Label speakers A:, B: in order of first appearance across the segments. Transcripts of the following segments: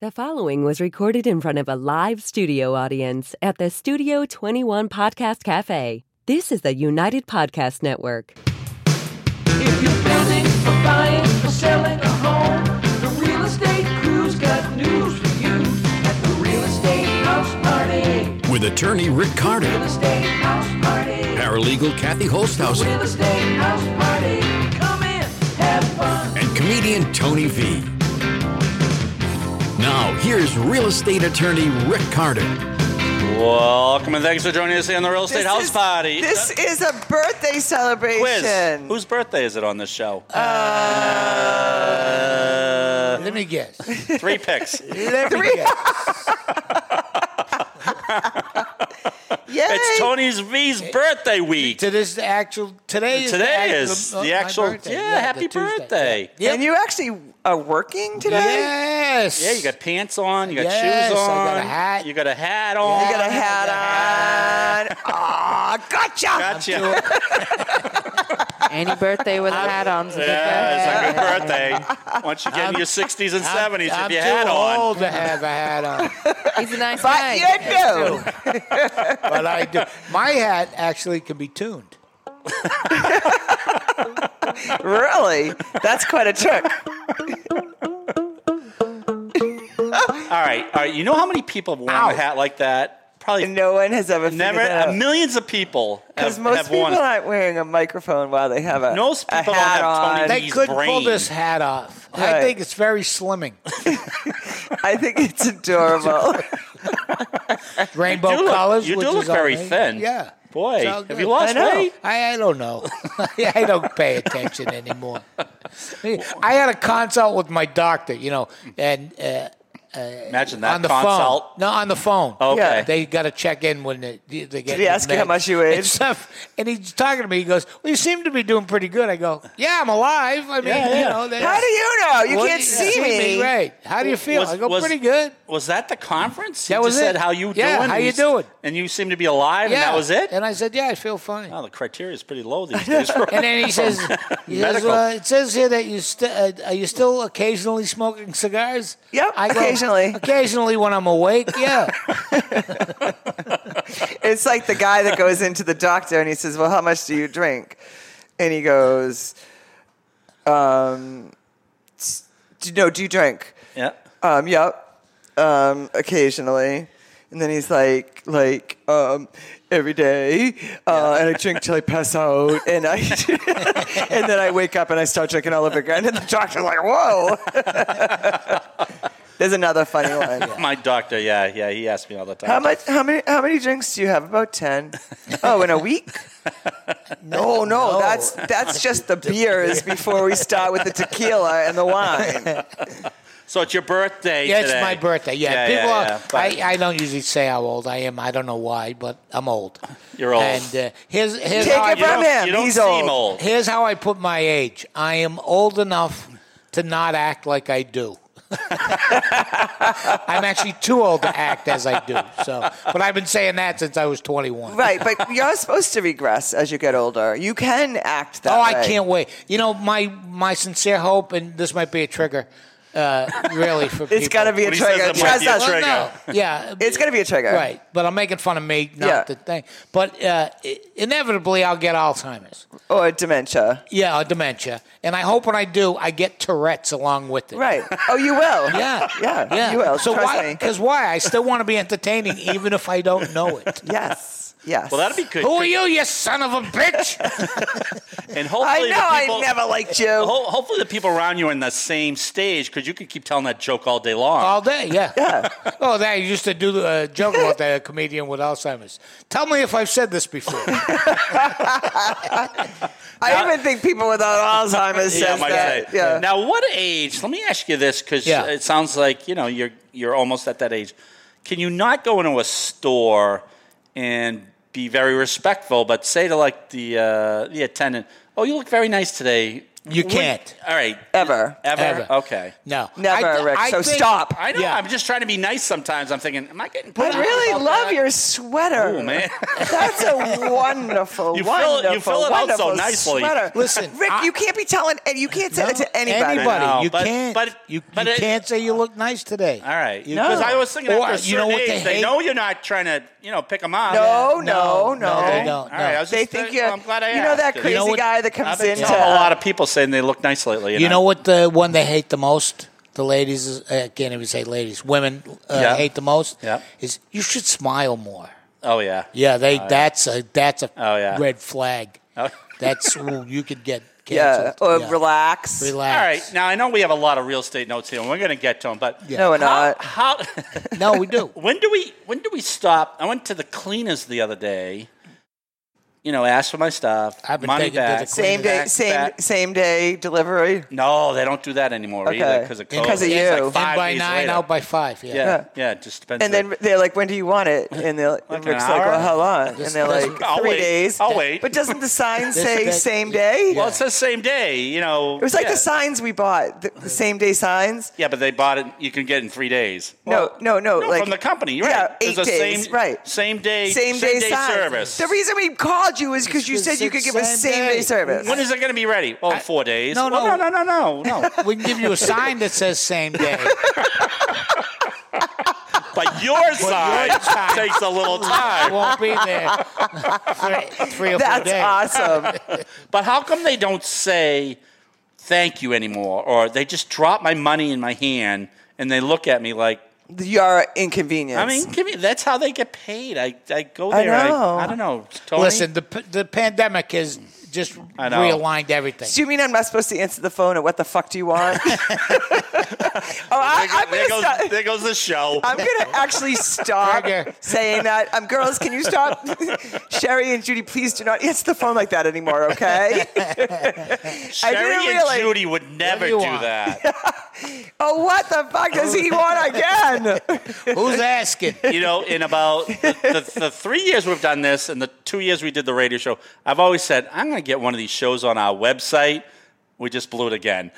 A: The following was recorded in front of a live studio audience at the Studio 21 Podcast Cafe. This is the United Podcast Network.
B: If you're building or buying or selling a home, the real estate crew's got news for you at the Real Estate House Party.
C: with attorney Rick
B: Real
C: Carter,
B: Estate House Party.
C: paralegal Kathy Holsthausen,
B: Real Estate House Party. Come in, have fun.
C: and comedian Tony V. Now, here's real estate attorney Rick Carter.
D: Welcome and thanks for joining us here on the Real Estate
E: This
D: House
E: is-
D: Party.
E: This is a birthday celebration.
D: Quiz. Whose birthday is it on this show?
F: Uh,
D: Uh,
F: Let me guess.
D: Three picks.
F: Let me guess.
E: Yay.
D: it's Tony's V's birthday week.
F: To this actual today is the
D: Today
F: actual,
D: is
F: uh,
D: the
F: my
D: actual.
F: birthday.
D: Yeah,
F: the
D: happy
F: Tuesday.
D: birthday.
F: Yep.
E: And you actually are working today?
F: Yes.
D: Yeah, you got pants on, you got
F: Yes, I
D: shoes on,
F: got a hat.
D: you got a hat on.
E: You got a hat on. Aw, gotcha.
D: Gotcha.
G: Any birthday with a hat on's a good
D: Yeah,
G: birthday.
D: it's a good birthday. Once you get in your 60s and 70s, if
F: I'm
D: you
F: too
D: had on.
F: old to have a hat on,
G: He's a nice guy.
E: But you do.
F: but I do. My hat actually can be tuned.
E: Really? That's quite a trick.
D: All right, all right. You know how many people have worn
F: Ow.
D: a hat like that? Probably
E: No one has ever figured
D: never.
E: that
D: Uh,
E: out.
D: millions of people have,
E: Because most
D: have
E: people
D: worn it.
E: aren't wearing a microphone while they have a,
D: Most
E: a
D: people don't
E: hat
D: have Tony
E: on.
D: They-
F: They
D: He's
F: could pull
D: brain.
F: this hat off. I
E: Right.
F: think it's very slimming.
E: I think it's adorable.
F: Rainbow
D: You do look-
F: colors.
D: you do
F: which
D: look
F: is all
D: very
F: right.
D: thin.
F: Yeah.
D: Boy,
F: It's all
D: have
F: good.
D: you lost
E: I know.
D: weight?
F: I, I don't know. I don't pay attention anymore. I had a consult with my doctor, you know, and uh,
D: Imagine that
F: on the
D: consult. Oh,
F: phone. No, on the phone.
D: Okay.
E: Yeah.
F: They got to check in when they, they get.
E: Did he ask you how
F: meds
E: much you
F: and
E: weighed?
F: stuff. And he's talking to me. He goes, "Well, you seem to be doing pretty good." I go, "Yeah, I'm alive. I mean,
D: Yeah, yeah.
F: you know, they-
E: How do you know? You
F: Well,
E: can't see, me.
F: Right? How do you feel?"
D: Was-
F: I go,
D: was-
F: "Pretty good."
D: Was that the conference?
F: That
D: you
F: was
D: just said
F: it.
D: how you
F: Yeah,
D: doing?
F: how
D: and
F: you
D: s-
F: doing?
D: And you seem to be alive, and
F: yeah,
D: that was it.
F: And I said, "Yeah, I feel fine."
D: oh, the criteria is pretty low these days. for-
F: And then he says, he says
D: Medical.
F: well, it says here that you st- uh, are you still occasionally smoking cigars?
E: Yep,
F: I go,
E: occasionally.
F: Occasionally when I'm awake, yeah.
E: It's like the guy that goes into the doctor and he says, "Well, how much do you drink?" And he goes, um, s- do, "No, do you drink?"
D: yeah.
E: Um, yep, um, occasionally. And then he's like, like um, every day, uh, and I drink till I pass out, and I, and then I wake up and I start drinking all over again, and the doctor's like, "Whoa." There's another funny one.
D: My doctor, yeah, yeah, he asked me all the time.
E: How much? How many? How many drinks do you have? About ten. Oh, in a week? no, no, that's that's just the beers before we start with the tequila and the wine.
D: So it's your birthday
F: Yeah, it's
D: today.
F: my birthday. Yeah,
D: Yeah,
F: people.
D: yeah,
F: are,
D: yeah, but-
F: I, I don't usually say how old I am. I don't know why, but I'm old.
D: You're old.
F: And uh, here's here's
E: Take
F: how I
E: it
D: you
E: from
D: don't,
E: him.
D: You don't
E: He's
D: seem
E: old.
D: old.
F: Here's how I put my age. I am old enough to not act like I do. I'm actually too old to act as I do. So, but I've been saying that since I was 21.
E: Right, but you're supposed to regress as you get older. You can act that
F: Oh,
E: way.
F: I can't wait. You know, my my sincere hope, and this might be a trigger, uh, really for
E: It's
F: people.
E: gotta be a
D: When he says
E: trigger.
D: it might
E: Trust
D: be a
E: us.
D: trigger.
F: Well, no. Yeah,
E: It's gonna be a trigger.
F: Right, but I'm making fun of me, not
E: Yeah.
F: the thing. But uh, i- inevitably, I'll get Alzheimer's.
E: Or dementia.
F: Yeah, or dementia, and I hope when I do, I get Tourette's along with it.
E: Right. Oh, you will.
F: Yeah.
E: Yeah.
F: Yeah.
E: You will.
F: So
E: Trust
F: why?
E: me.
F: Because why? I still want to be entertaining, even if I don't know it.
E: Yes. Yes.
D: Well, that'd be good.
F: Who are you, you son of a bitch?
D: And
E: I
D: hopefully,
E: know.
D: the people,
E: I never liked you.
D: ho- hopefully, the people around you are in the same stage because you could keep telling that joke all day long.
F: All day, yeah. Oh, they used to do a joke about that comedian with Alzheimer's. Tell me if I've said this before.
E: I even think people without Alzheimer's
D: Yeah,
E: says
D: I might
E: that.
D: say.
E: Yeah.
D: Now, what age? Let me ask you this because
F: Yeah.
D: it sounds like you know you're you're almost at that age. Can you not go into a store and be very respectful, but say to like the uh, the attendant, "Oh, you look very nice today.
F: You can't.
D: All right.
E: Ever.
D: Ever?
F: Ever.
D: Okay.
F: No.
E: Never,
F: I th-
E: Rick.
F: I
E: so
F: think-
E: stop. I,
D: I know.
F: Yeah.
D: I'm just trying to be nice sometimes. I'm thinking, am I getting put out?
E: really love your sweater.
D: Oh, man.
E: That's a wonderful,
D: You fill it-
E: wonderful,
D: you fill it out so
E: wonderful
D: nicely.
E: sweater.
F: Listen,
E: Rick,
F: I-
E: you can't be telling, and you can't say that to anybody.
D: I know,
F: you
D: but-
F: can't.
D: but-
F: you,
D: but
F: you
D: it-
F: can't say you look nice today.
D: All right.
F: You-
D: Because I was thinking
F: Or,
D: after a
F: you know
D: certain
F: what they
D: age, they
F: hate?
D: know you're not trying to, you know, pick them up.
E: No, no, no.
F: no, they don't.
D: All right. I was
E: They
D: just,
E: think
D: uh,
E: you.
D: I'm glad I
E: you know that
D: asked.
E: crazy
F: know what-
E: guy that
D: I've
E: comes
D: been
E: in.
D: telling a lot of people saying they look nice lately.
F: You know what the one they hate the most? The ladies, is- I can't even say ladies. Women uh,
D: Yeah.
F: hate the most.
D: Yeah.
F: Is you should smile more.
D: Oh yeah.
F: Yeah, they. that's a that's a
D: Oh, yeah.
F: red flag.
D: Oh.
F: That's ooh, you could get
E: yeah,
F: canceled.
E: or
F: Yeah.
E: relax.
D: All
F: Relax.
D: right. Now I know we have a lot of real estate notes here, and we're going to get to them. But
E: No, we're
D: how,
E: not.
D: how
F: No, we do.
D: when do we when do we stop? I went to the cleaners the other day. You know, asked for my stuff.
F: I've been
D: money
F: taking to the
D: back.
E: Same day,
D: back,
E: same
D: back.
E: same day delivery.
D: No, they don't do that anymore either
E: Okay.
D: because of COVID.
E: And- 'Cause of
D: It's
E: you.
D: Like
E: And
D: five
F: In by
D: days
F: nine,
D: later.
F: out by five. Yeah.
D: yeah, yeah, It just depends.
E: And then they're like, "When do you want it?" And they'll
D: Like an
E: Rick's like,
D: hour?
E: "Well, how long?" And they're like,
F: I'll
E: three
D: wait.
E: days."
D: I'll wait.
E: But doesn't the sign
F: This-
E: say
F: that-
E: "same day"?
D: well, it says same day. You know,
E: It was like
D: yeah.
E: the signs we bought, the, the same day signs.
D: Yeah, but they bought it. You can get it in three days.
E: No, no, no,
D: No,
E: like-
D: from the company. You're
E: Yeah,
D: right. There's
E: eight
D: a
E: days,
D: Same,
E: right.
D: Same day.
E: Same, day, signs.
D: service.
E: The reason we called you is because you
F: It's
E: said you could give us
F: same
E: same day,
F: day.
E: service.
D: when is it going to be ready? Oh, in four days.
F: no,
D: Well,
F: no.
D: no, no, no, no, no.
F: We can give you a sign that says same day.
D: but your side
F: side-
D: takes a little time.
F: I won't be there for three or four
E: That's
F: days.
E: awesome.
D: But how come they don't say thank you anymore, or they just drop my money in my hand and they look at me like,
E: You're inconvenienced.
D: I mean, give me. That's how they get paid. I, I go
E: I
D: there. I,
E: know.
D: I, don't know. Tony?
F: Listen, the p- the pandemic has just
D: I know.
F: realigned everything.
E: Do you mean I'm not supposed to answer the phone? Or what the fuck do you want? oh, I, I'm
D: there,
E: gonna
D: goes,
E: stop.
D: there goes the show.
E: I'm gonna actually stop
F: Okay.
E: saying that. Um, girls, can you stop? Sherry and Judy, please do not answer the phone like that anymore. Okay.
D: Sherry
E: didn't
D: and
E: realize-
D: Judy would never
F: you
D: do
F: want?
D: that.
E: oh, what the fuck does he want again?
F: Who's asking?
D: you know, in about the, the, the three years we've done this and the two years we did the radio show, I've always said, I'm going to get one of these shows on our website. We just blew it again.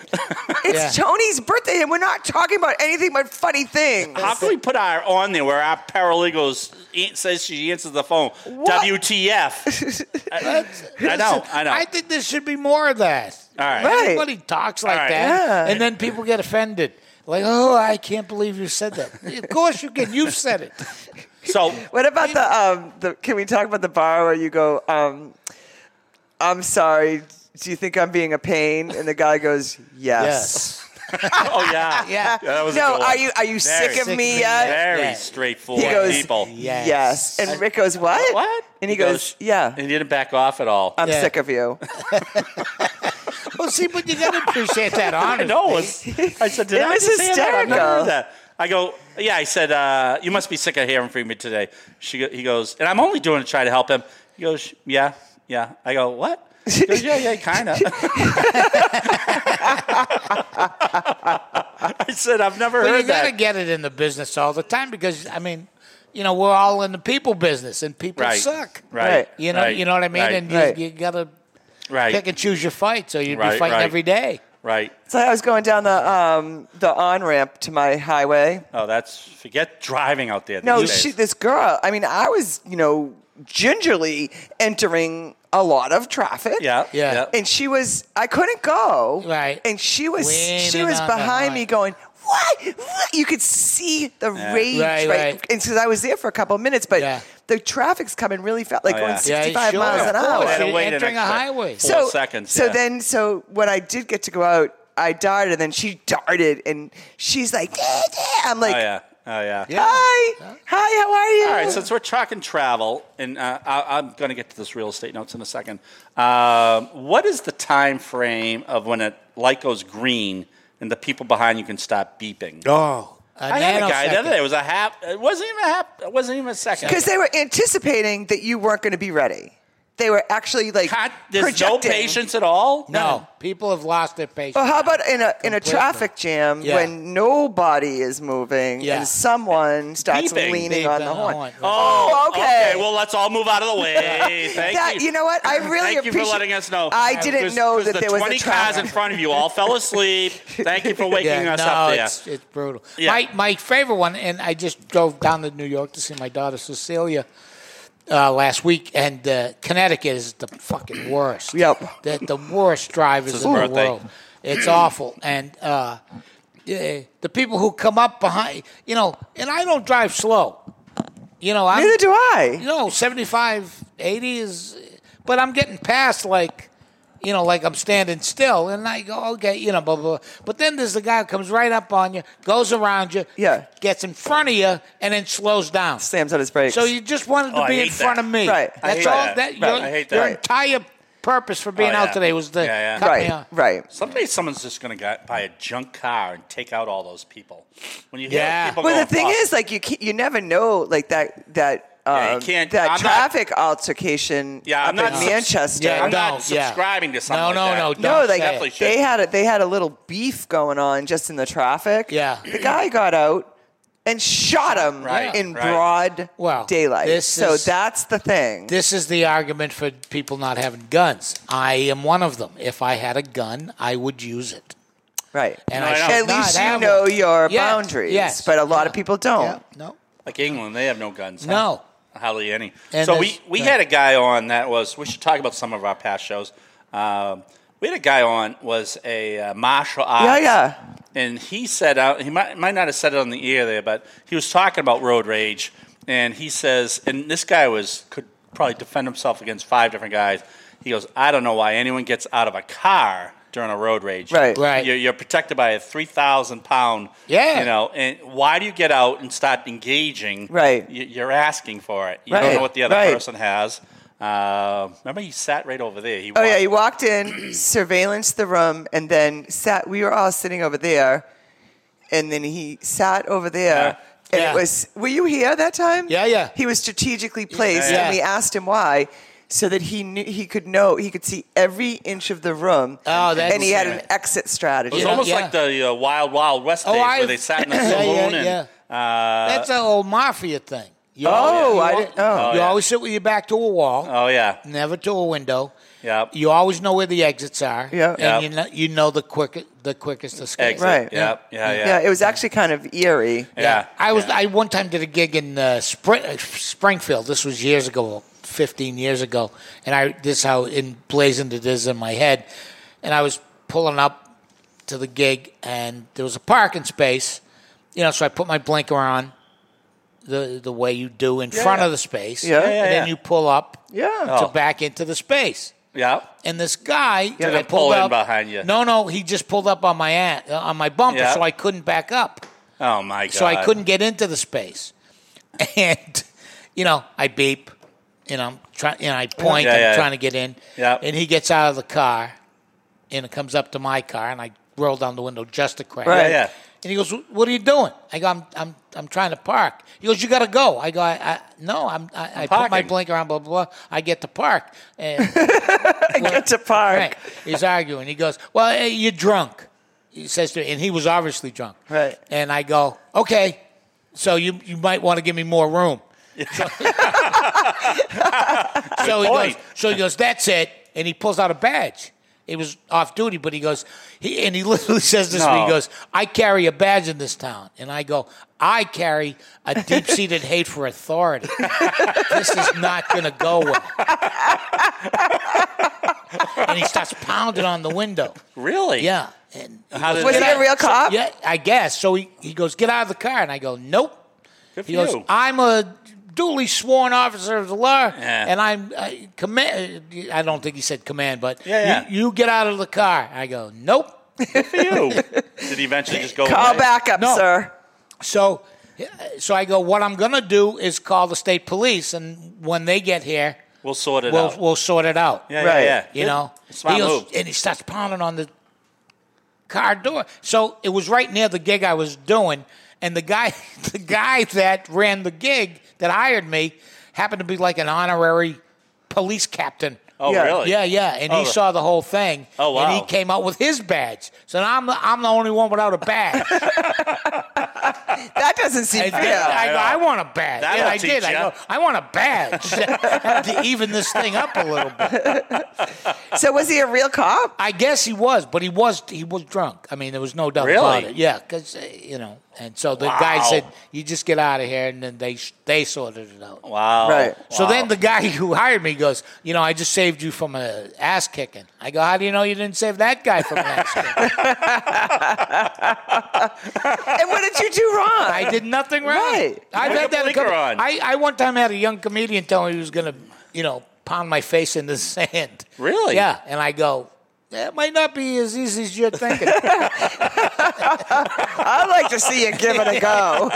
E: It's
F: Yeah.
E: Tony's birthday, and we're not talking about anything but funny things.
D: How can we put our on there where our paralegals an- says she answers the phone?
E: What?
D: WTF. I, I know, I know.
F: I think there should be more of that.
D: All right.
E: Right.
F: Everybody talks like
D: All right.
F: that,
E: Yeah.
F: and then people get offended. Like, oh, I can't believe you said that. of course you can. You've said it.
D: So,
E: What about the um? The, can we talk about the bar where you go? Um, I'm sorry. Do you think I'm being a pain? And the guy goes, Yes.
D: oh, yeah.
F: Yeah.
D: that was a
E: No,
D: good one.
E: are you are
D: Very
E: you sick of
F: sick of
E: me
F: me
E: yet?
D: Very
F: Yeah.
D: straightforward
E: He goes,
D: people.
F: Yes.
E: Yes. And Rick goes, What?
D: What?
E: And he, goes, Yeah,
D: And he didn't back off at all.
E: I'm
F: Yeah.
E: sick of you.
F: Well, see, but you got to appreciate that
D: I
F: honor.
D: know. It's, I said, did
E: It
D: I
E: was
D: just say that? I've never heard
E: hysterical.
D: that. I go, yeah. I said, uh, you must be sick of hearing from me today. She, go- he goes, and I'm only doing it to try to help him. He goes, yeah, yeah. I go, what? He goes, yeah, yeah, kind of. I said, I've never
F: But you
D: heard
F: got to
D: that.
F: get it in the business all the time because, I mean, you know, we're all in the people business, and people
D: right.
F: suck.
D: Right.
F: You know,
D: right,
F: you know what I mean,
D: Right.
F: and you,
E: Right.
F: you got to
D: right.
F: pick and choose your fights, or you'd
D: Right,
F: be fighting
D: right.
F: every day.
D: right.
E: So I was going down the um the on ramp to my highway.
D: Oh, that's forget driving out there.
E: No,
D: these days.
E: she, this girl. I mean, I was you know gingerly entering a lot of traffic.
D: Yeah,
F: Yeah.
D: yeah.
E: And she was. I couldn't go.
F: Right.
E: And she was. she
F: Leaning
E: was
F: on the
E: behind me
F: line.
E: going. What? What?" You could see the rage, right?
F: Right, right.
E: And because I was there for a couple of minutes, but
F: Yeah.
E: the traffic's coming really fast, like
D: Oh,
E: going
D: yeah.
F: Yeah,
E: 65
F: sure,
E: miles
F: of
E: an
F: course.
E: hour.
D: Had to
F: You're
D: wait an
F: entering a
D: extra
F: highway.
D: four seconds.
E: So
D: yeah.
E: then, so when I did get to go out, I darted, and then she darted, and she's like, "Yeah, yeah." I'm like,
D: oh yeah, oh yeah.
E: "Hi, hi, how are you?"
D: All right, since we're talking travel, and uh, I, I'm going to get to this real estate notes in a second. Um, what is the time frame of when a light goes green and the people behind you can stop beeping?
F: Oh,
D: I had a guy the other day. It was a half. It wasn't even a half. It wasn't even a second.
E: because they were anticipating that you weren't going to be ready. they were actually like
D: God, there's
E: projecting.
D: no patience at all.
F: No, people have lost their patience.
E: Well, how about in a in a
F: Completely.
E: traffic jam
F: Yeah.
E: when nobody is moving
F: Yeah.
E: and someone starts
D: Beeping.
E: leaning
F: Beeping
E: on the
F: on the
E: horn?
F: horn.
E: Oh, okay.
D: Well, let's all move out of the way. Thank
E: That-
D: you.
E: you know what? I really
D: Thank you for
E: appreciate-
D: letting us know.
E: I didn't
D: Because-
E: know
D: because the
E: that there was a
D: 20 cars
E: traffic-
D: in front of you all fell asleep. Thank you for waking
F: yeah,
D: us
F: no,
D: up there.
F: It's, it's brutal.
D: Yeah.
F: My my favorite one, and I just drove down to New York to see my daughter Cecilia uh, last week, and uh, Connecticut is the fucking worst.
E: Yep.
F: the, the worst drivers
D: It's
F: in
D: his
F: the
D: birthday.
F: world. It's awful, and uh, yeah, the people who come up behind, you know, and I don't drive slow. You know, I'm,
E: Neither do I.
F: you know, 75, 80 is, but I'm getting past like, you know, like I'm standing still, and I go, okay, you know, blah blah. blah. But then there's the guy who comes right up on you, goes around you,
E: Yeah.
F: gets in front of you, and then slows down.
E: Slams on his brakes.
F: So you just wanted
D: Oh,
F: to
D: I
F: be in
D: hate
F: front
D: that.
F: of me.
E: Right. I
F: That's
E: hate
F: all.
D: that.
F: That,
D: Right.
F: Your,
D: I hate that.
F: your
D: Right.
F: entire purpose for being
D: Oh, yeah.
F: out today was the
D: Yeah, yeah.
E: right, right.
D: Someday someone's just going to get buy a junk car and take out all those people. When you hear
F: Yeah.
D: people "Oh,
E: Well,
D: going,
E: the thing
D: "Fuck."
E: is, like you can, you never know, like that that um,
D: Yeah, you can't-
E: that
D: I'm not-
E: traffic altercation
D: Yeah, I'm
E: up
D: not
E: in
D: subs-
E: Manchester.
F: Yeah,
D: I'm not
F: don't, yeah.
D: subscribing to something
F: No,
D: like
F: no,
D: that.
F: no,
E: no, like
F: don't say it.
D: Definitely
E: they
D: should.
E: had a they had a little beef going on just in the traffic.
F: Yeah.
E: the guy got out and shot him
D: Right,
E: in
D: right.
E: broad
F: Well,
E: daylight.
F: this
E: so
F: is-
E: that's the thing.
F: This is the argument for people not having guns. I am one of them. If I had a gun, I would use it.
E: right.
F: And
D: No, I
F: I
D: know.
F: should
E: At
F: not
E: least you
F: have
E: know
F: one.
E: your
F: Yes,
E: boundaries,
F: yes.
E: but a lot of people don't.
F: Yeah, no.
D: Like England, they have no guns. huh?
F: No.
D: hardly any.
F: And
D: so we
F: there's-
D: we
F: no.
D: had a guy on that was. We should talk about some of our past shows. Um, we had a guy on was a uh, martial arts.
E: Yeah, yeah.
D: And he said out. He might might not have said it on the air there, but he was talking about road rage, and he says, and this guy was could probably defend himself against five different guys. He goes, I don't know why anyone gets out of a car during a road rage.
E: Right.
F: Right.
D: You're, you're protected by a three thousand pound.
F: Yeah.
D: You know, and why do you get out and start engaging?
E: Right.
D: Y- You're asking for it. You don't
E: Right,
D: know what the other
E: right.
D: person has. Uh, remember, he sat right over there. He
E: Oh yeah,
D: walked-
E: he walked in, surveillanced the room, and then sat. We were all sitting over there, and then he sat over there.
F: Yeah.
E: And
F: Yeah.
E: it was. Were you here that time?
F: Yeah, yeah.
E: He was strategically placed,
F: yeah.
E: and we asked him why, so that he knew he could know he could see every inch of the room.
F: Oh, that's
E: and he had an
F: insane.
E: exit
D: It
E: strategy.
D: was almost
F: yeah.
D: like the uh, Wild Wild West
F: Oh,
D: days where
F: I've-
D: they sat in a
F: Yeah, yeah,
D: saloon and.
F: yeah.
D: Uh,
F: That's an old mafia thing. You
E: Oh,
F: always- you
E: I
F: al-
E: didn't- oh.
F: You
D: Oh, yeah.
F: always sit with your back to a wall,
D: oh yeah.
F: never to a window.
D: Yeah.
F: You always know where the exits are.
E: Yeah.
F: And
D: Yeah.
F: You, know, you know the quick, the quickest escape.
D: Exit.
E: Right.
D: Yeah. Yeah. Yeah.
E: yeah, it was actually kind of eerie.
D: Yeah.
F: I was.
D: Yeah.
F: I one time did a gig in uh, Spring, uh, Springfield. This was years ago, fifteen years ago, and I this is how emblazoned it is in my head. And I was pulling up to the gig, and there was a parking space, you know. So I put my blinker on, the the way you do in front
D: yeah.
F: of the space,
E: Yeah. Yeah, yeah,
F: and then
D: yeah.
F: you pull up,
E: Yeah.
F: to
D: Oh.
F: back into the space.
D: yeah.
F: And this guy that I
D: Didn't pull
F: pulled
D: in
F: up
D: behind you.
F: No, no, he just pulled up on my aunt, on my bumper,
D: Yeah.
F: so I couldn't back up
D: Oh my god.
F: so I couldn't get into the space. And you know, I beep, you know, I'm trying, you know, I point,
D: Yeah,
F: I'm
D: yeah.
F: trying to get in.
D: Yeah.
F: And he gets out of the car, and it comes up to my car, and I roll down the window just a crack.
D: Yeah. Yeah.
F: And he goes, "What are you doing?" I go, "I'm, I'm, I'm trying to park." He goes, "You gotta go." I go, "I, I no, I'm, I, I put my
D: parking.
F: blinker on, blah blah blah. I get to park." And
E: I got to park.
F: Right. He's arguing. He goes, "Well, eh, you're drunk," he says to, and he was obviously drunk.
E: Right.
F: And I go, "Okay, so you you might want to give me more room." So, so he goes.
D: point.
F: So he goes. That's it. And he pulls out a badge. It was off duty, but he goes. He and he literally says this. to me, He
D: No.
F: goes, "I carry a badge in this town," and I go, "I carry a deep-seated hate for authority. this is not going to go well." and he starts pounding on the window.
D: Really?
F: Yeah. And he
D: How
F: goes,
D: did
E: Was
F: "Get
E: he
F: out."
E: a real cop?
F: Yeah, I guess. So he, he goes, get out of the car. And I go, nope.
D: Good for
F: He goes,
D: you.
F: I'm a duly sworn officer of the law,
D: Yeah.
F: and I'm I command. I don't think he said command, but
D: Yeah, yeah.
F: You, you get out of the car. I go, nope.
D: For you. Did he eventually just go?
E: Call
D: away?
E: back up,
F: No.
E: sir.
F: So, so I go, what I'm going to do is call the state police, and when they get here,
D: We'll sort it
F: we'll,
D: out.
F: we'll sort it out.
D: yeah,
E: Right.
D: yeah, yeah.
F: You know,
D: Smart
F: he goes,
D: move.
F: and he starts pounding on the car door. So it was right near the gig I was doing, and the guy, the guy that ran the gig that hired me, happened to be like an honorary police captain.
D: Oh,
E: Yeah.
D: really?
F: Yeah, yeah, and
D: Oh.
F: he saw the whole thing.
D: Oh, wow.
F: And he came out with his badge. So now I'm the, I'm the only one without a badge.
E: That doesn't seem
F: I,
E: fair.
F: I, go, I want a badge.
D: That'll
F: yeah, I
D: teach
F: did. I
D: ya.
F: go, I want a badge. Had to even this thing up a little bit.
E: so was he a real cop?
F: I guess he was, but he was he was drunk. I mean, there was no doubt about
D: Really?
F: it. Yeah, because you know, and so the
D: Wow.
F: guy said, "You just get out of here," and then they they sorted it out.
D: Wow.
E: Right.
F: So then the guy who hired me goes, you know, I just saved you from a ass kicking. I go, how do you know you didn't save that guy from an ass kicking?
E: And what did you do wrong?
F: I did nothing wrong.
E: Right.
F: I've
D: Put your
F: had that a
D: blinker
F: couple.
D: on.
F: I, I one time had a young comedian tell me he was going to, you know, pound my face in the sand.
D: Really?
F: Yeah. And I go, that might not be as easy as you're thinking.
E: I'd like to see you give it a go.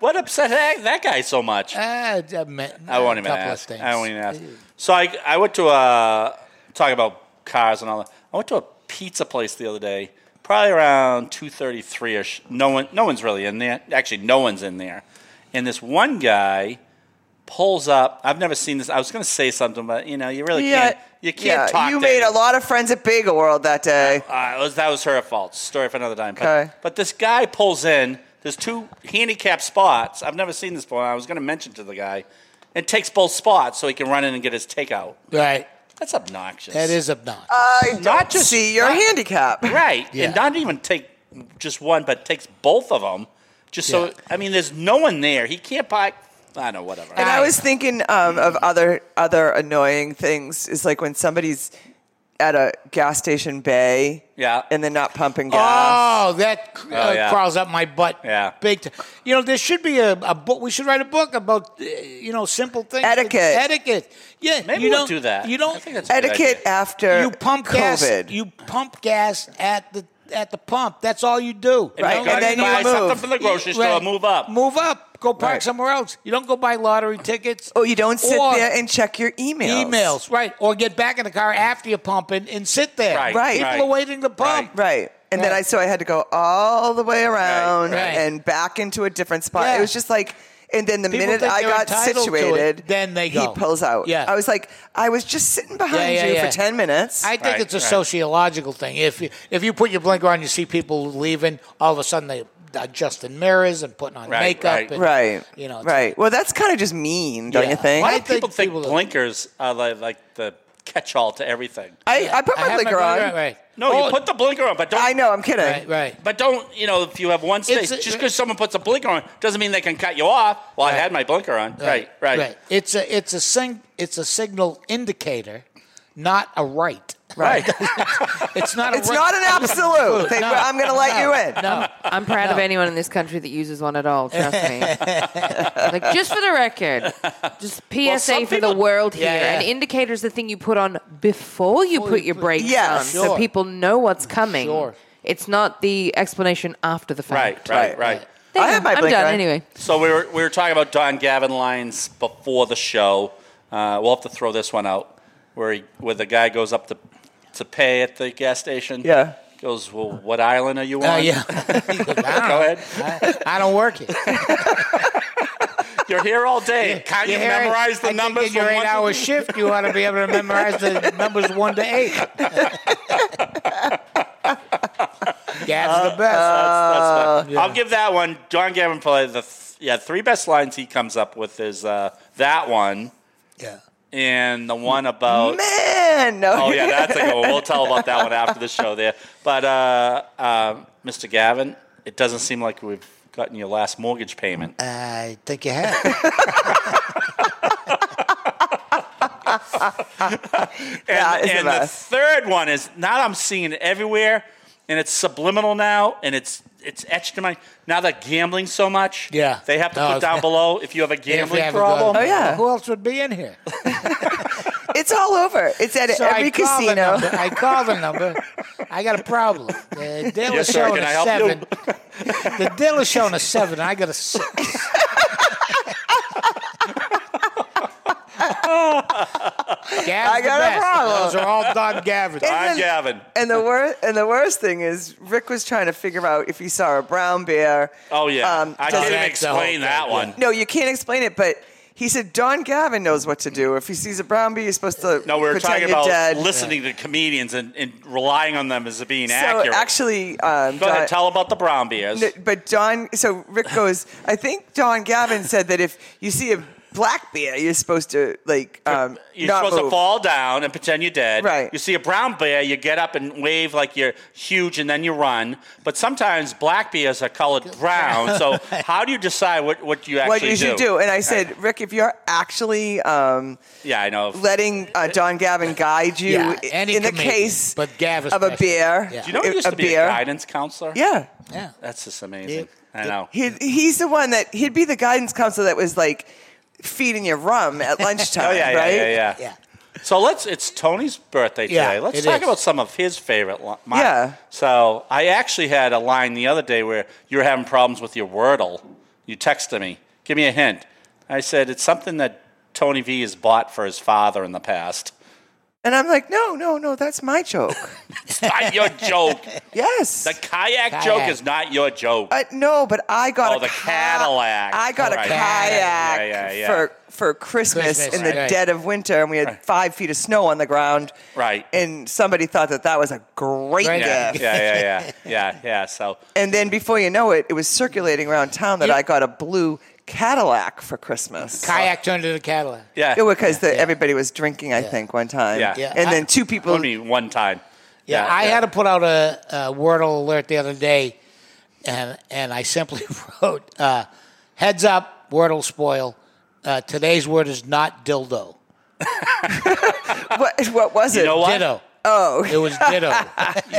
D: What upset that, that guy so much?
E: Eh,
F: Ah, I, meant,
D: I won't even
F: a couple
D: ask.
F: Of things.
D: I won't even ask. So I, I went to a talk about cars and all that. I went to a pizza place the other day, probably around two thirty three ish. No one, no one's really in there. Actually, no one's in there. And this one guy pulls up. I've never seen this. I was going to say something, but you know, you really can't. You can't
E: yeah,
D: talk.
E: You
D: to
E: made
D: him.
E: a lot of friends at Bagel World that day.
D: Uh, it was, that was her fault. Story for another time. But,
E: Okay.
D: but this guy pulls in. There's two handicapped spots. I've never seen this before. I was going to mention to the guy, and takes both spots so he can run in and get his takeout.
F: Right.
D: That's obnoxious.
F: That is obnoxious.
E: I don't
D: Not just-
E: see your handicap.
D: right,
F: Yeah.
D: and not even take just one, but takes both of them. Just so
F: Yeah.
D: I mean, there's no one there. He can't buy. I don't know. Whatever.
E: And I
F: Right.
E: was thinking um, of other other annoying things. Is like when somebody's at a gas station bay,
D: Yeah.
E: and they're not pumping gas.
F: Oh, that uh,
D: Oh, yeah.
F: crawls up my butt.
D: Yeah.
F: big. T- you know, there should be a, a book. We should write a book about uh, you know simple things.
E: Etiquette.
F: Etiquette. Yeah,
D: Maybe
F: you
D: we'll
F: don't
D: do that.
F: You don't.
D: I think that's a good
E: Etiquette
D: idea.
E: after
F: you pump
E: COVID.
F: gas. You pump gas at the at the pump. That's all you do.
D: If I
E: Right,
D: go
E: and then
D: buy
E: you move.
D: something from the grocery store.
F: Right.
D: Move up.
F: Move up. Go park
E: Right.
F: somewhere else. You don't go buy lottery tickets.
E: oh, you don't sit
F: Or-
E: there and check your emails.
F: Emails, right? Or get back in the car after you're pumping and sit there.
D: Right,
E: Right.
F: People
D: right.
F: are waiting to pump.
E: Right. And then
F: Right.
E: I so I had to go all the way around
F: Right, right.
E: and back into a different spot.
F: Yeah.
E: It was just like and then the
F: People
E: minute
F: think
E: I
F: they're
E: got
F: entitled to it,
E: situated,
F: then they
E: he
F: go.
E: pulls out.
F: Yeah.
E: I was like, I was just sitting behind
F: Yeah, yeah,
E: you
F: yeah.
E: for ten minutes.
F: I think
D: Right,
F: it's a
D: right.
F: sociological thing. If you, if you put your blinker on, you see people leaving. All of a sudden, they adjusting mirrors and putting on
D: Right,
F: makeup.
D: right.
F: and,
E: right.
F: You know, it's-
E: right. Well, that's kind of just mean, don't
F: Yeah.
E: you think?
D: Why
F: I
D: do people
F: think
D: think
F: people-
D: blinkers are like, like the catch-all to everything?
E: I, I put
F: I
E: my
F: have
E: blinker on.
F: Right, right.
D: No,
F: Oh,
D: you put the blinker on, but don't.
E: I know. I'm kidding.
F: Right, right.
D: But don't you know if you have one space,
F: It's a-
D: just because someone puts a blinker on doesn't mean they can cut you off. Well, I
F: Right.
D: had my blinker on. Right, right.
F: It's a it's a sing, it's a signal indicator, not a right.
D: Right.
F: It's not.
E: It's
F: a right.
E: not an absolute. thing,
F: No.
E: where I'm going to let you in.
F: No,
G: I'm proud of anyone in this country that uses one at all. Trust me. like just for the record, just PSA
D: some
G: for
D: people-
G: the world here.
F: Yeah, yeah.
G: An indicator's the thing you put on before you
F: Before
G: put
F: you
G: your
F: put-
G: brakes
E: Yes.
G: on,
F: Sure.
G: so people know what's coming.
F: Sure.
G: It's not the explanation after the
D: right,
G: fact.
D: right,
E: Right.
D: right.
G: There
E: I
G: you
E: have
G: go.
E: my
G: I'm
E: blinker
G: done
E: on.
G: anyway.
D: So we were we were talking about Don Gavin lines before the show. Uh, we'll have to throw this one out where he, where the guy goes up to to pay at the gas station.
E: Yeah.
D: Goes, well, what island are you on?
F: Uh, yeah.
D: Go ahead.
F: I, I don't work it.
D: You're here all day. Can't you
F: You're here-
D: memorize the
F: I think
D: numbers
F: In
D: from
F: your
D: one to-
F: eight-hour shift, you ought to be able to memorize the numbers one to eight. Gav's the best.
E: Uh,
D: That's fine. I'll give that one. John Gavin probably the th- yeah three best lines he comes up with is uh, that one
F: yeah.
D: and the one about.
E: Man, no.
D: Oh yeah, that's a good one. We'll tell about that one after the show there. But uh, uh, Mr. Gavin, it doesn't seem like we've gotten your last mortgage payment.
E: Uh,
F: I think you have.
E: That
D: and
E: is the
D: and the,
E: best.
D: third one is now I'm seeing it everywhere, and it's subliminal now, and it's it's etched in my. Now they're gambling so much,
F: Yeah.
D: they have to
F: No,
D: put down
F: it's-
D: below if you have a
F: If we
D: gambling
F: have a
D: problem.
F: good-
E: Oh, yeah.
F: Who else would be in here?
E: It's all over. It's at
F: So
E: every
F: I call the
E: casino.
F: number. I call the number. I got a problem. The dealer's
D: Yes, sir.
F: showing
D: Can I
F: a
D: help you?
F: seven. The dealer's showing a seven. and I got a six. Gav's
E: I got
F: the
E: a
F: best.
E: problem.
F: Those are all Don Gavin.
D: I'm
E: And-
D: Gavin.
E: And the worst and the worst thing is Rick was trying to figure out if he saw a brown bear.
D: Oh yeah, I
E: Um, does
D: can't
E: it-
D: even
F: That's the whole
D: explain that
F: thing,
D: one.
E: no, you can't explain it, but He said Don Gavin knows what to do. If he sees a brown bee, he's supposed to
D: No, we were
E: pretend
D: talking
E: you're
D: about
E: dead.
D: listening to comedians and, and relying on them as being
E: So
D: accurate.
E: actually, um,
D: Go ahead,
E: Don-
D: tell about the brown beers.
E: No, but Don, so Rick goes, I think Don Gavin said that if you see a black bear, you're supposed to, like, um,
D: You're
E: not
D: supposed to
E: move.
D: fall down and pretend you're dead.
E: Right.
D: You see a brown bear, you get up and wave like you're huge, and then you run. But sometimes black bears are colored brown. So how do you decide what, what you actually
E: What you should do. And I said, Rick, if you're actually um,
D: Yeah, I know.
E: letting uh, Don Gavin guide you
F: Yeah,
E: i-
F: any
E: in the
F: comedian,
E: case
F: but Gav
E: of a
F: especially.
E: bear,
F: Yeah.
D: do you know he used to be a guidance counselor?
E: Yeah.
F: Yeah.
D: That's just amazing.
F: Yeah.
D: I know.
E: He'd, he's the one that, he'd be the guidance counselor that was like feeding you rum at lunchtime,
D: Oh, yeah, yeah,
E: right?
D: yeah, yeah,
F: Yeah.
D: So let's, it's Tony's birthday
F: Yeah,
D: today. let's
F: it
D: talk
F: is.
D: about some of his favorite lines.
E: Yeah.
D: So I actually had a line the other day where you were having problems with your Wordle. You texted me, give me a hint. I said, it's something that Tony V has bought for his father in the past.
E: And I'm like, no, no, no, that's my joke.
D: It's not your joke.
E: yes.
D: The kayak,
F: Kayak.
D: joke is not your joke.
E: Uh, no, but I got
D: Oh,
E: a
D: the
E: ca-
D: Cadillac.
E: I got a
D: Right.
E: kayak
D: Yeah, yeah, yeah.
E: for for Christmas,
F: Christmas,
E: in the
F: right.
E: dead of winter, and we had five feet of snow on the ground.
D: Right.
E: And somebody thought that that was a great
F: Right.
D: yeah,
E: gift.
D: yeah, yeah, yeah, yeah, yeah. So
E: And then before you know it, it was circulating around town that
F: Yeah.
E: I got a blue Cadillac for Christmas.
F: Kayak turned into Cadillac.
D: yeah,
E: It was because everybody was drinking, I think, one time.
D: Yeah.
F: Yeah.
E: And
F: I-
E: then two people.
D: only one time.
F: Yeah, I had to put out a, a Wordle alert the other day, and and I simply wrote, uh, "Heads up, Wordle spoil. Uh, today's word is not dildo.
E: What, what was it?
D: You know what?
F: Ditto. Oh, it was ditto.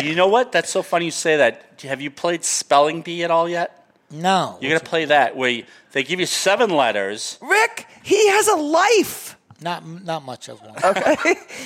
D: You know what? That's so funny you say that. Have you played Spelling Bee at all yet?
F: no,
D: You're going to play that where you, they give you seven letters.
E: Rick, he has a life.
F: not not much of one.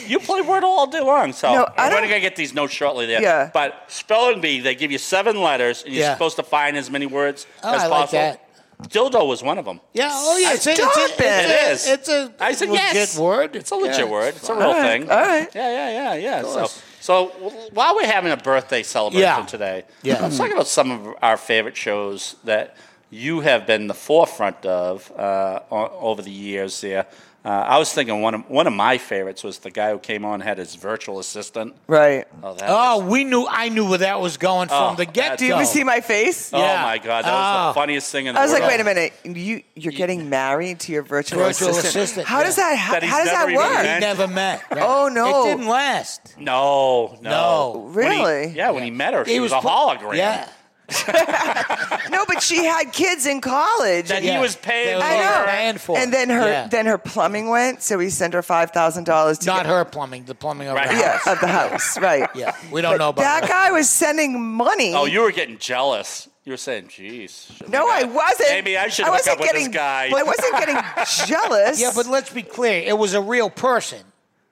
D: You play Wordle all day long. So
E: No, I
D: we're
E: don't-
D: going to get these notes shortly there.
E: Yeah.
D: But Spelling Bee, they give you seven letters and you're
F: Yeah.
D: supposed to find as many words
F: Oh,
D: as
F: I like
D: possible.
F: that.
D: Dildo was one of them.
F: Yeah, oh yeah, it's a, it's
E: Stop
F: a,
E: it.
D: It
F: it's
D: is.
F: a, it's a
D: I said
F: legit
D: yes.
F: word.
D: It's a legit
F: Yeah.
D: word. It's a real
E: right,
D: thing.
E: all right.
D: Yeah, yeah, yeah, yeah. So,
F: course.
D: so w- while we're having a birthday celebration
F: Yeah.
D: today,
F: Yeah.
D: let's talk about some of our favorite shows that you have been the forefront of uh, o- over the years. There, uh, I was thinking one of one of my favorites was the guy who came on and had his virtual assistant.
E: Right.
D: Oh, that was-
F: Oh, we knew. I knew where that was going from
D: Oh,
F: the get
E: Do you
F: go.
E: ever see my face?
D: oh
F: yeah.
D: my god, that was
F: Oh.
D: the funniest thing in the
E: I was like,
D: world.
E: wait a minute, you you're getting married to your virtual,
F: Virtual
E: assistant.
F: assistant,
E: How does
F: yeah.
E: that how,
D: That he's
E: how does
D: never
E: that
D: even
E: work?
D: met.
F: We never met. right?
E: Oh, no.
F: it didn't last.
D: No, no,
F: No.
D: When he-
E: Really?
D: yeah, when he met her, she was, a
F: pu-
D: hologram.
F: Yeah,
E: No, but she had kids in college.
D: That
F: Yeah.
D: he was paying
F: They
D: for.
E: I
F: were
E: know.
F: paying for
E: and
F: it.
E: then her
F: Yeah.
E: then her plumbing went, so we sent her five thousand dollars to
F: not
E: get-
F: her plumbing. The plumbing of
D: Right.
F: the
E: yeah,
F: house.
E: of the house, right?
F: Yeah, we don't
E: But
F: know about
E: that
F: her.
E: guy was sending money.
D: Oh, you were getting jealous. You were saying, "Jeez."
E: no, I wasn't.
D: Maybe I should
E: I
D: hook
E: wasn't
D: up with
E: getting,
D: this guy.
E: Well, I wasn't getting jealous.
F: Yeah, but let's be clear. It was a real person.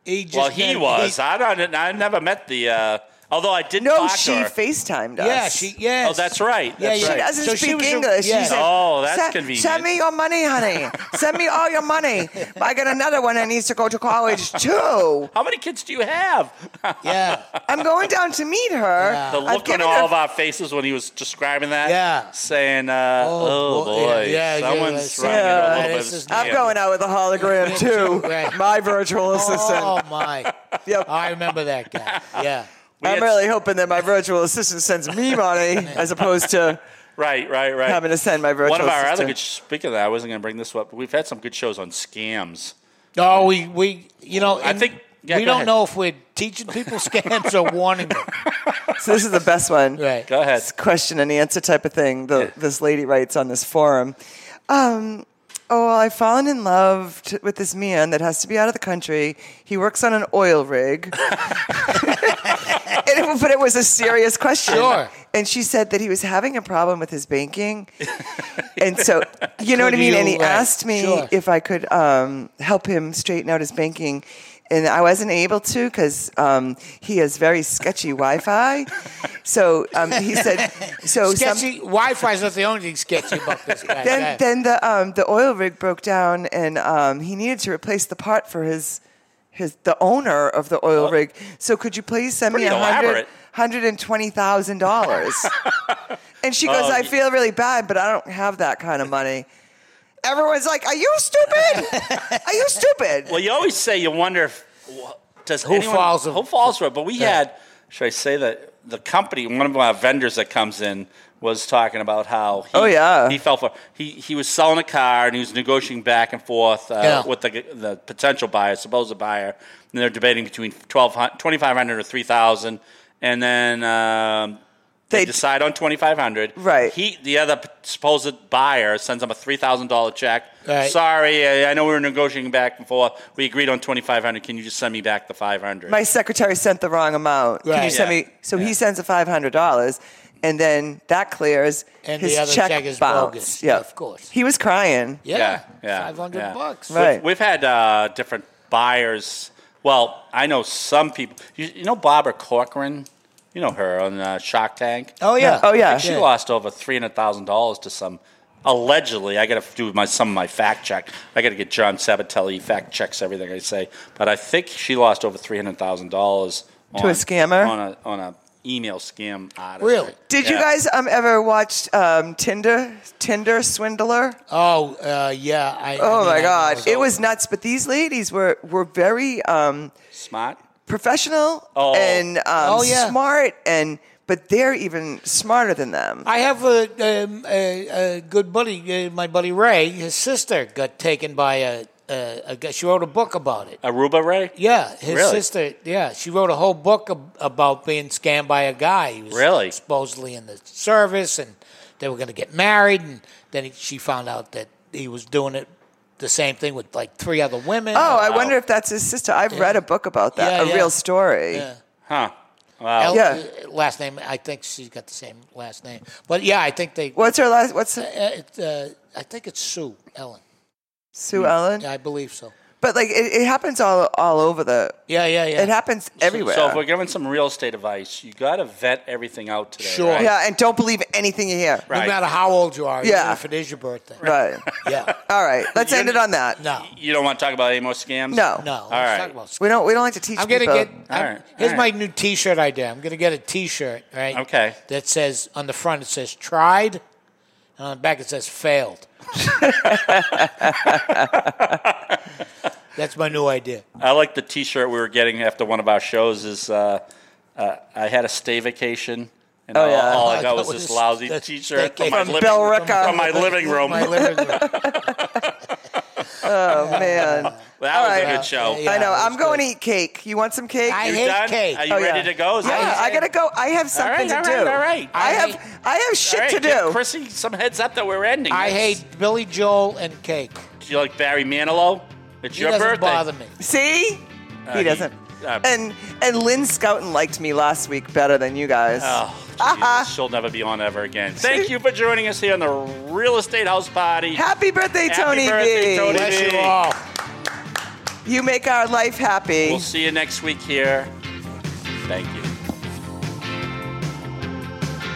F: He just
D: well, he
F: had-
D: was.
F: he-
D: I don't. I never met the. Uh, although I did
E: no,
D: talk
E: she
D: to her.
E: FaceTimed us.
F: yeah, she. Yes.
D: Oh, that's right.
F: Yeah,
D: That's
F: yeah.
E: She
D: right.
E: doesn't
F: So she
E: speak
F: was a-
E: English. She
F: yeah.
E: said,
D: Oh, that's
E: send,
D: convenient.
E: Send me your money, honey. send me all your money. I got another one that needs to go to college too.
D: How many kids do you have?
F: Yeah.
E: I'm going down to meet her.
F: Yeah.
D: The
E: I've
D: look on
E: given
D: all
E: her-
D: of our faces when he was describing that.
F: Yeah.
D: Saying, uh,
F: Oh,
D: oh,
F: boy,
D: boy,
F: yeah, yeah,
D: someone's
F: yeah,
D: running
E: yeah.
D: it a
F: This
D: little
F: is
D: bit.
E: I'm going out with a hologram too.
F: Right.
E: My virtual assistant.
F: Oh my.
E: Yep.
F: I remember that guy. Yeah.
D: We
E: I'm
D: had-
E: really hoping that my virtual assistant sends me money as opposed to
D: Right, right, right.
E: having to send my virtual
D: One of our
E: assistant.
D: other good. Speaking of that, I wasn't going to bring this up. But we've had some good shows on scams.
F: No, we we you know
D: I
F: and
D: think- yeah,
F: we
D: go
F: don't
D: ahead.
F: know if we're teaching people scams or warning them.
E: so this is the best one.
F: Right.
D: Go ahead.
E: It's question and answer type of thing. The, This lady writes on this forum. Um, oh, well, I've fallen in love t- with this man that has to be out of the country. He works on an oil rig. And it- but it was a serious question.
F: Sure.
E: And she said that he was having a problem with his banking. and so, you know what I
F: Could
E: mean?
F: you,
E: and he
F: right,
E: asked me
F: sure.
E: if I could um, help him straighten out his banking. And I wasn't able to because um, he has very sketchy Wi Fi. So um, he said, so some-
F: Sketchy Wi Fi's not the only thing sketchy about this guy.
E: then,
F: Right.
E: then the um, the oil rig broke down, and um, he needed to replace the part for his his the owner of the oil rig. So could you please send me
D: Pretty
E: a hundred
D: elaborate.
E: hundred and twenty thousand dollars? and she goes,
D: Oh,
E: I
D: you-
E: feel really bad, but I don't have that kind of money. Everyone's like, "Are you stupid? Are you stupid?"
D: Well, you always say you wonder if, wh- does
F: Who
D: anyone-
F: falls in-
D: who falls for it. But we had, should I say that the company, one of our vendors that comes in was talking about how he,
E: Oh, yeah.
D: he fell for he he was selling a car and he was negotiating back and forth uh,
F: Yeah.
D: with the the potential buyer, supposed buyer, and they're debating between 1200 2500 or three thousand, and then. Um, they
E: They-
D: decide on twenty five hundred.
E: Right.
D: He, the other p- supposed buyer, sends him a three thousand dollar check.
F: Right.
D: Sorry, I I know we were negotiating back and forth. We agreed on twenty five hundred. Can you just send me back the five hundred?
E: my secretary sent the wrong amount. Can you
F: Right.
E: send
D: Yeah.
E: me? So he sends a five hundred dollars, and then that clears.
F: And
E: his
F: the other
E: check,
F: check is bogus.
E: bounced.
F: Yeah, of course.
E: He was crying.
F: Yeah,
D: Yeah, yeah,
F: five hundred
D: yeah.
F: bucks.
E: Right.
D: We've had uh, different buyers. Well, I know some people. You, you know Barbara Corcoran. You know her on uh, Shark Tank.
F: Oh yeah.
E: Oh yeah.
D: She lost over three hundred thousand dollars to some. Allegedly, I got to do my some of my fact check. I got to get John Sabatelli he fact checks everything I say, but I think she lost over three hundred thousand dollars
E: To a scammer?
D: on a on a email scam. Artist.
F: Really?
E: Did you
D: Yeah.
E: guys um, ever watch um, Tinder? Tinder swindler?
F: Oh uh, yeah. I,
E: Oh my
F: I
E: God,
F: mean, I
E: it was nuts. But these ladies were were very um,
D: smart?
E: professional
D: Oh.
E: and um,
F: Oh, yeah.
E: smart, and but they're even smarter than them.
F: I have a, um, a, a good buddy, uh, my buddy Ray. His sister got taken by a, a, a. guy- She wrote a book about it.
D: Aruba Ray?
F: Yeah, his
D: Really?
F: sister. Yeah, she wrote a whole book ab- about being scammed by a guy. He was
D: Really?
F: supposedly in the service, and they were going to get married, and then he, she found out that he was doing it the same thing with like three other women.
E: oh, I wonder if that's his sister. I've read a book about that,
F: Yeah,
E: a
F: yeah.
E: real story.
F: Yeah.
D: Huh?
F: L-
E: Yeah.
F: Uh, Last name, I think she's got the same last name. But yeah, I think they.
E: What's her last? What's
F: Uh, it, uh, I think it's Sue Ellen.
E: Sue
D: Mm.
E: Ellen?
F: Yeah, I believe so.
E: But like it, it happens all all over the.
F: Yeah, yeah, yeah.
E: It happens everywhere.
D: So if we're giving some real estate advice, you got to vet everything out today.
F: Sure.
D: right?
E: yeah, and don't believe anything you hear.
F: no
D: Right.
F: matter how old you are, yeah.
E: Yeah.
F: if it is your birthday.
E: Right.
F: Yeah.
E: all right. Let's end it on that.
F: No.
D: You don't want to talk about any more scams?
E: No.
F: No. All
D: right.
F: Talk about
E: We don't. We don't like to teach
F: I'm gonna
E: people.
F: get. I'm,
D: All right,
F: Here's
D: all
F: my
D: right.
F: new T-shirt idea. I'm gonna get a T-shirt, right?
D: Okay.
F: That says on the front it says tried, and on the back it says failed. That's my new idea.
D: I like the T-shirt we were getting after one of our shows. Is uh, uh, I had a stay vacation, and all,
E: yeah.
D: all I got
F: Oh, that
D: was
F: was
D: this lousy
F: the
D: T-shirt
F: staycation.
D: from my
F: From
D: living
E: Bill Ricker.
D: from my living room.
F: My
D: that
F: living room.
E: Oh man.
D: was
E: right.
D: a good show.
F: Yeah,
E: I know.
F: it
E: I'm
F: was
E: going
F: good.
E: to eat cake. You want some cake?
F: I
D: You
F: hate
D: done?
F: cake.
D: Are you
E: Oh, yeah.
D: ready to go? Is
E: yeah,
D: that-
E: I gotta go. I have
D: All right,
E: something
D: all
E: to do.
D: right, all right.
E: I
F: I
E: have I have shit
D: All right,
E: to
D: give
E: do.
D: Chrissy some heads up that we're ending.
F: I
D: this.
F: hate Billy Joel and cake.
D: Do you like Barry Manilow? It's
F: He
D: your
F: doesn't
D: birthday.
F: bother me.
E: See, he
D: he-
E: doesn't.
D: uh,
E: and and Lynn Scouten liked me last week better than you guys.
D: Oh, Jesus,
E: Uh-huh.
D: she'll never be on ever again. Thank you for joining us here on the Real Estate House Party.
E: Happy birthday,
D: Happy
E: Tony
D: birthday,
E: B.
D: Tony.
F: Bless
D: Hey.
F: you all.
E: You make our life happy.
D: We'll see you next week here. Thank you.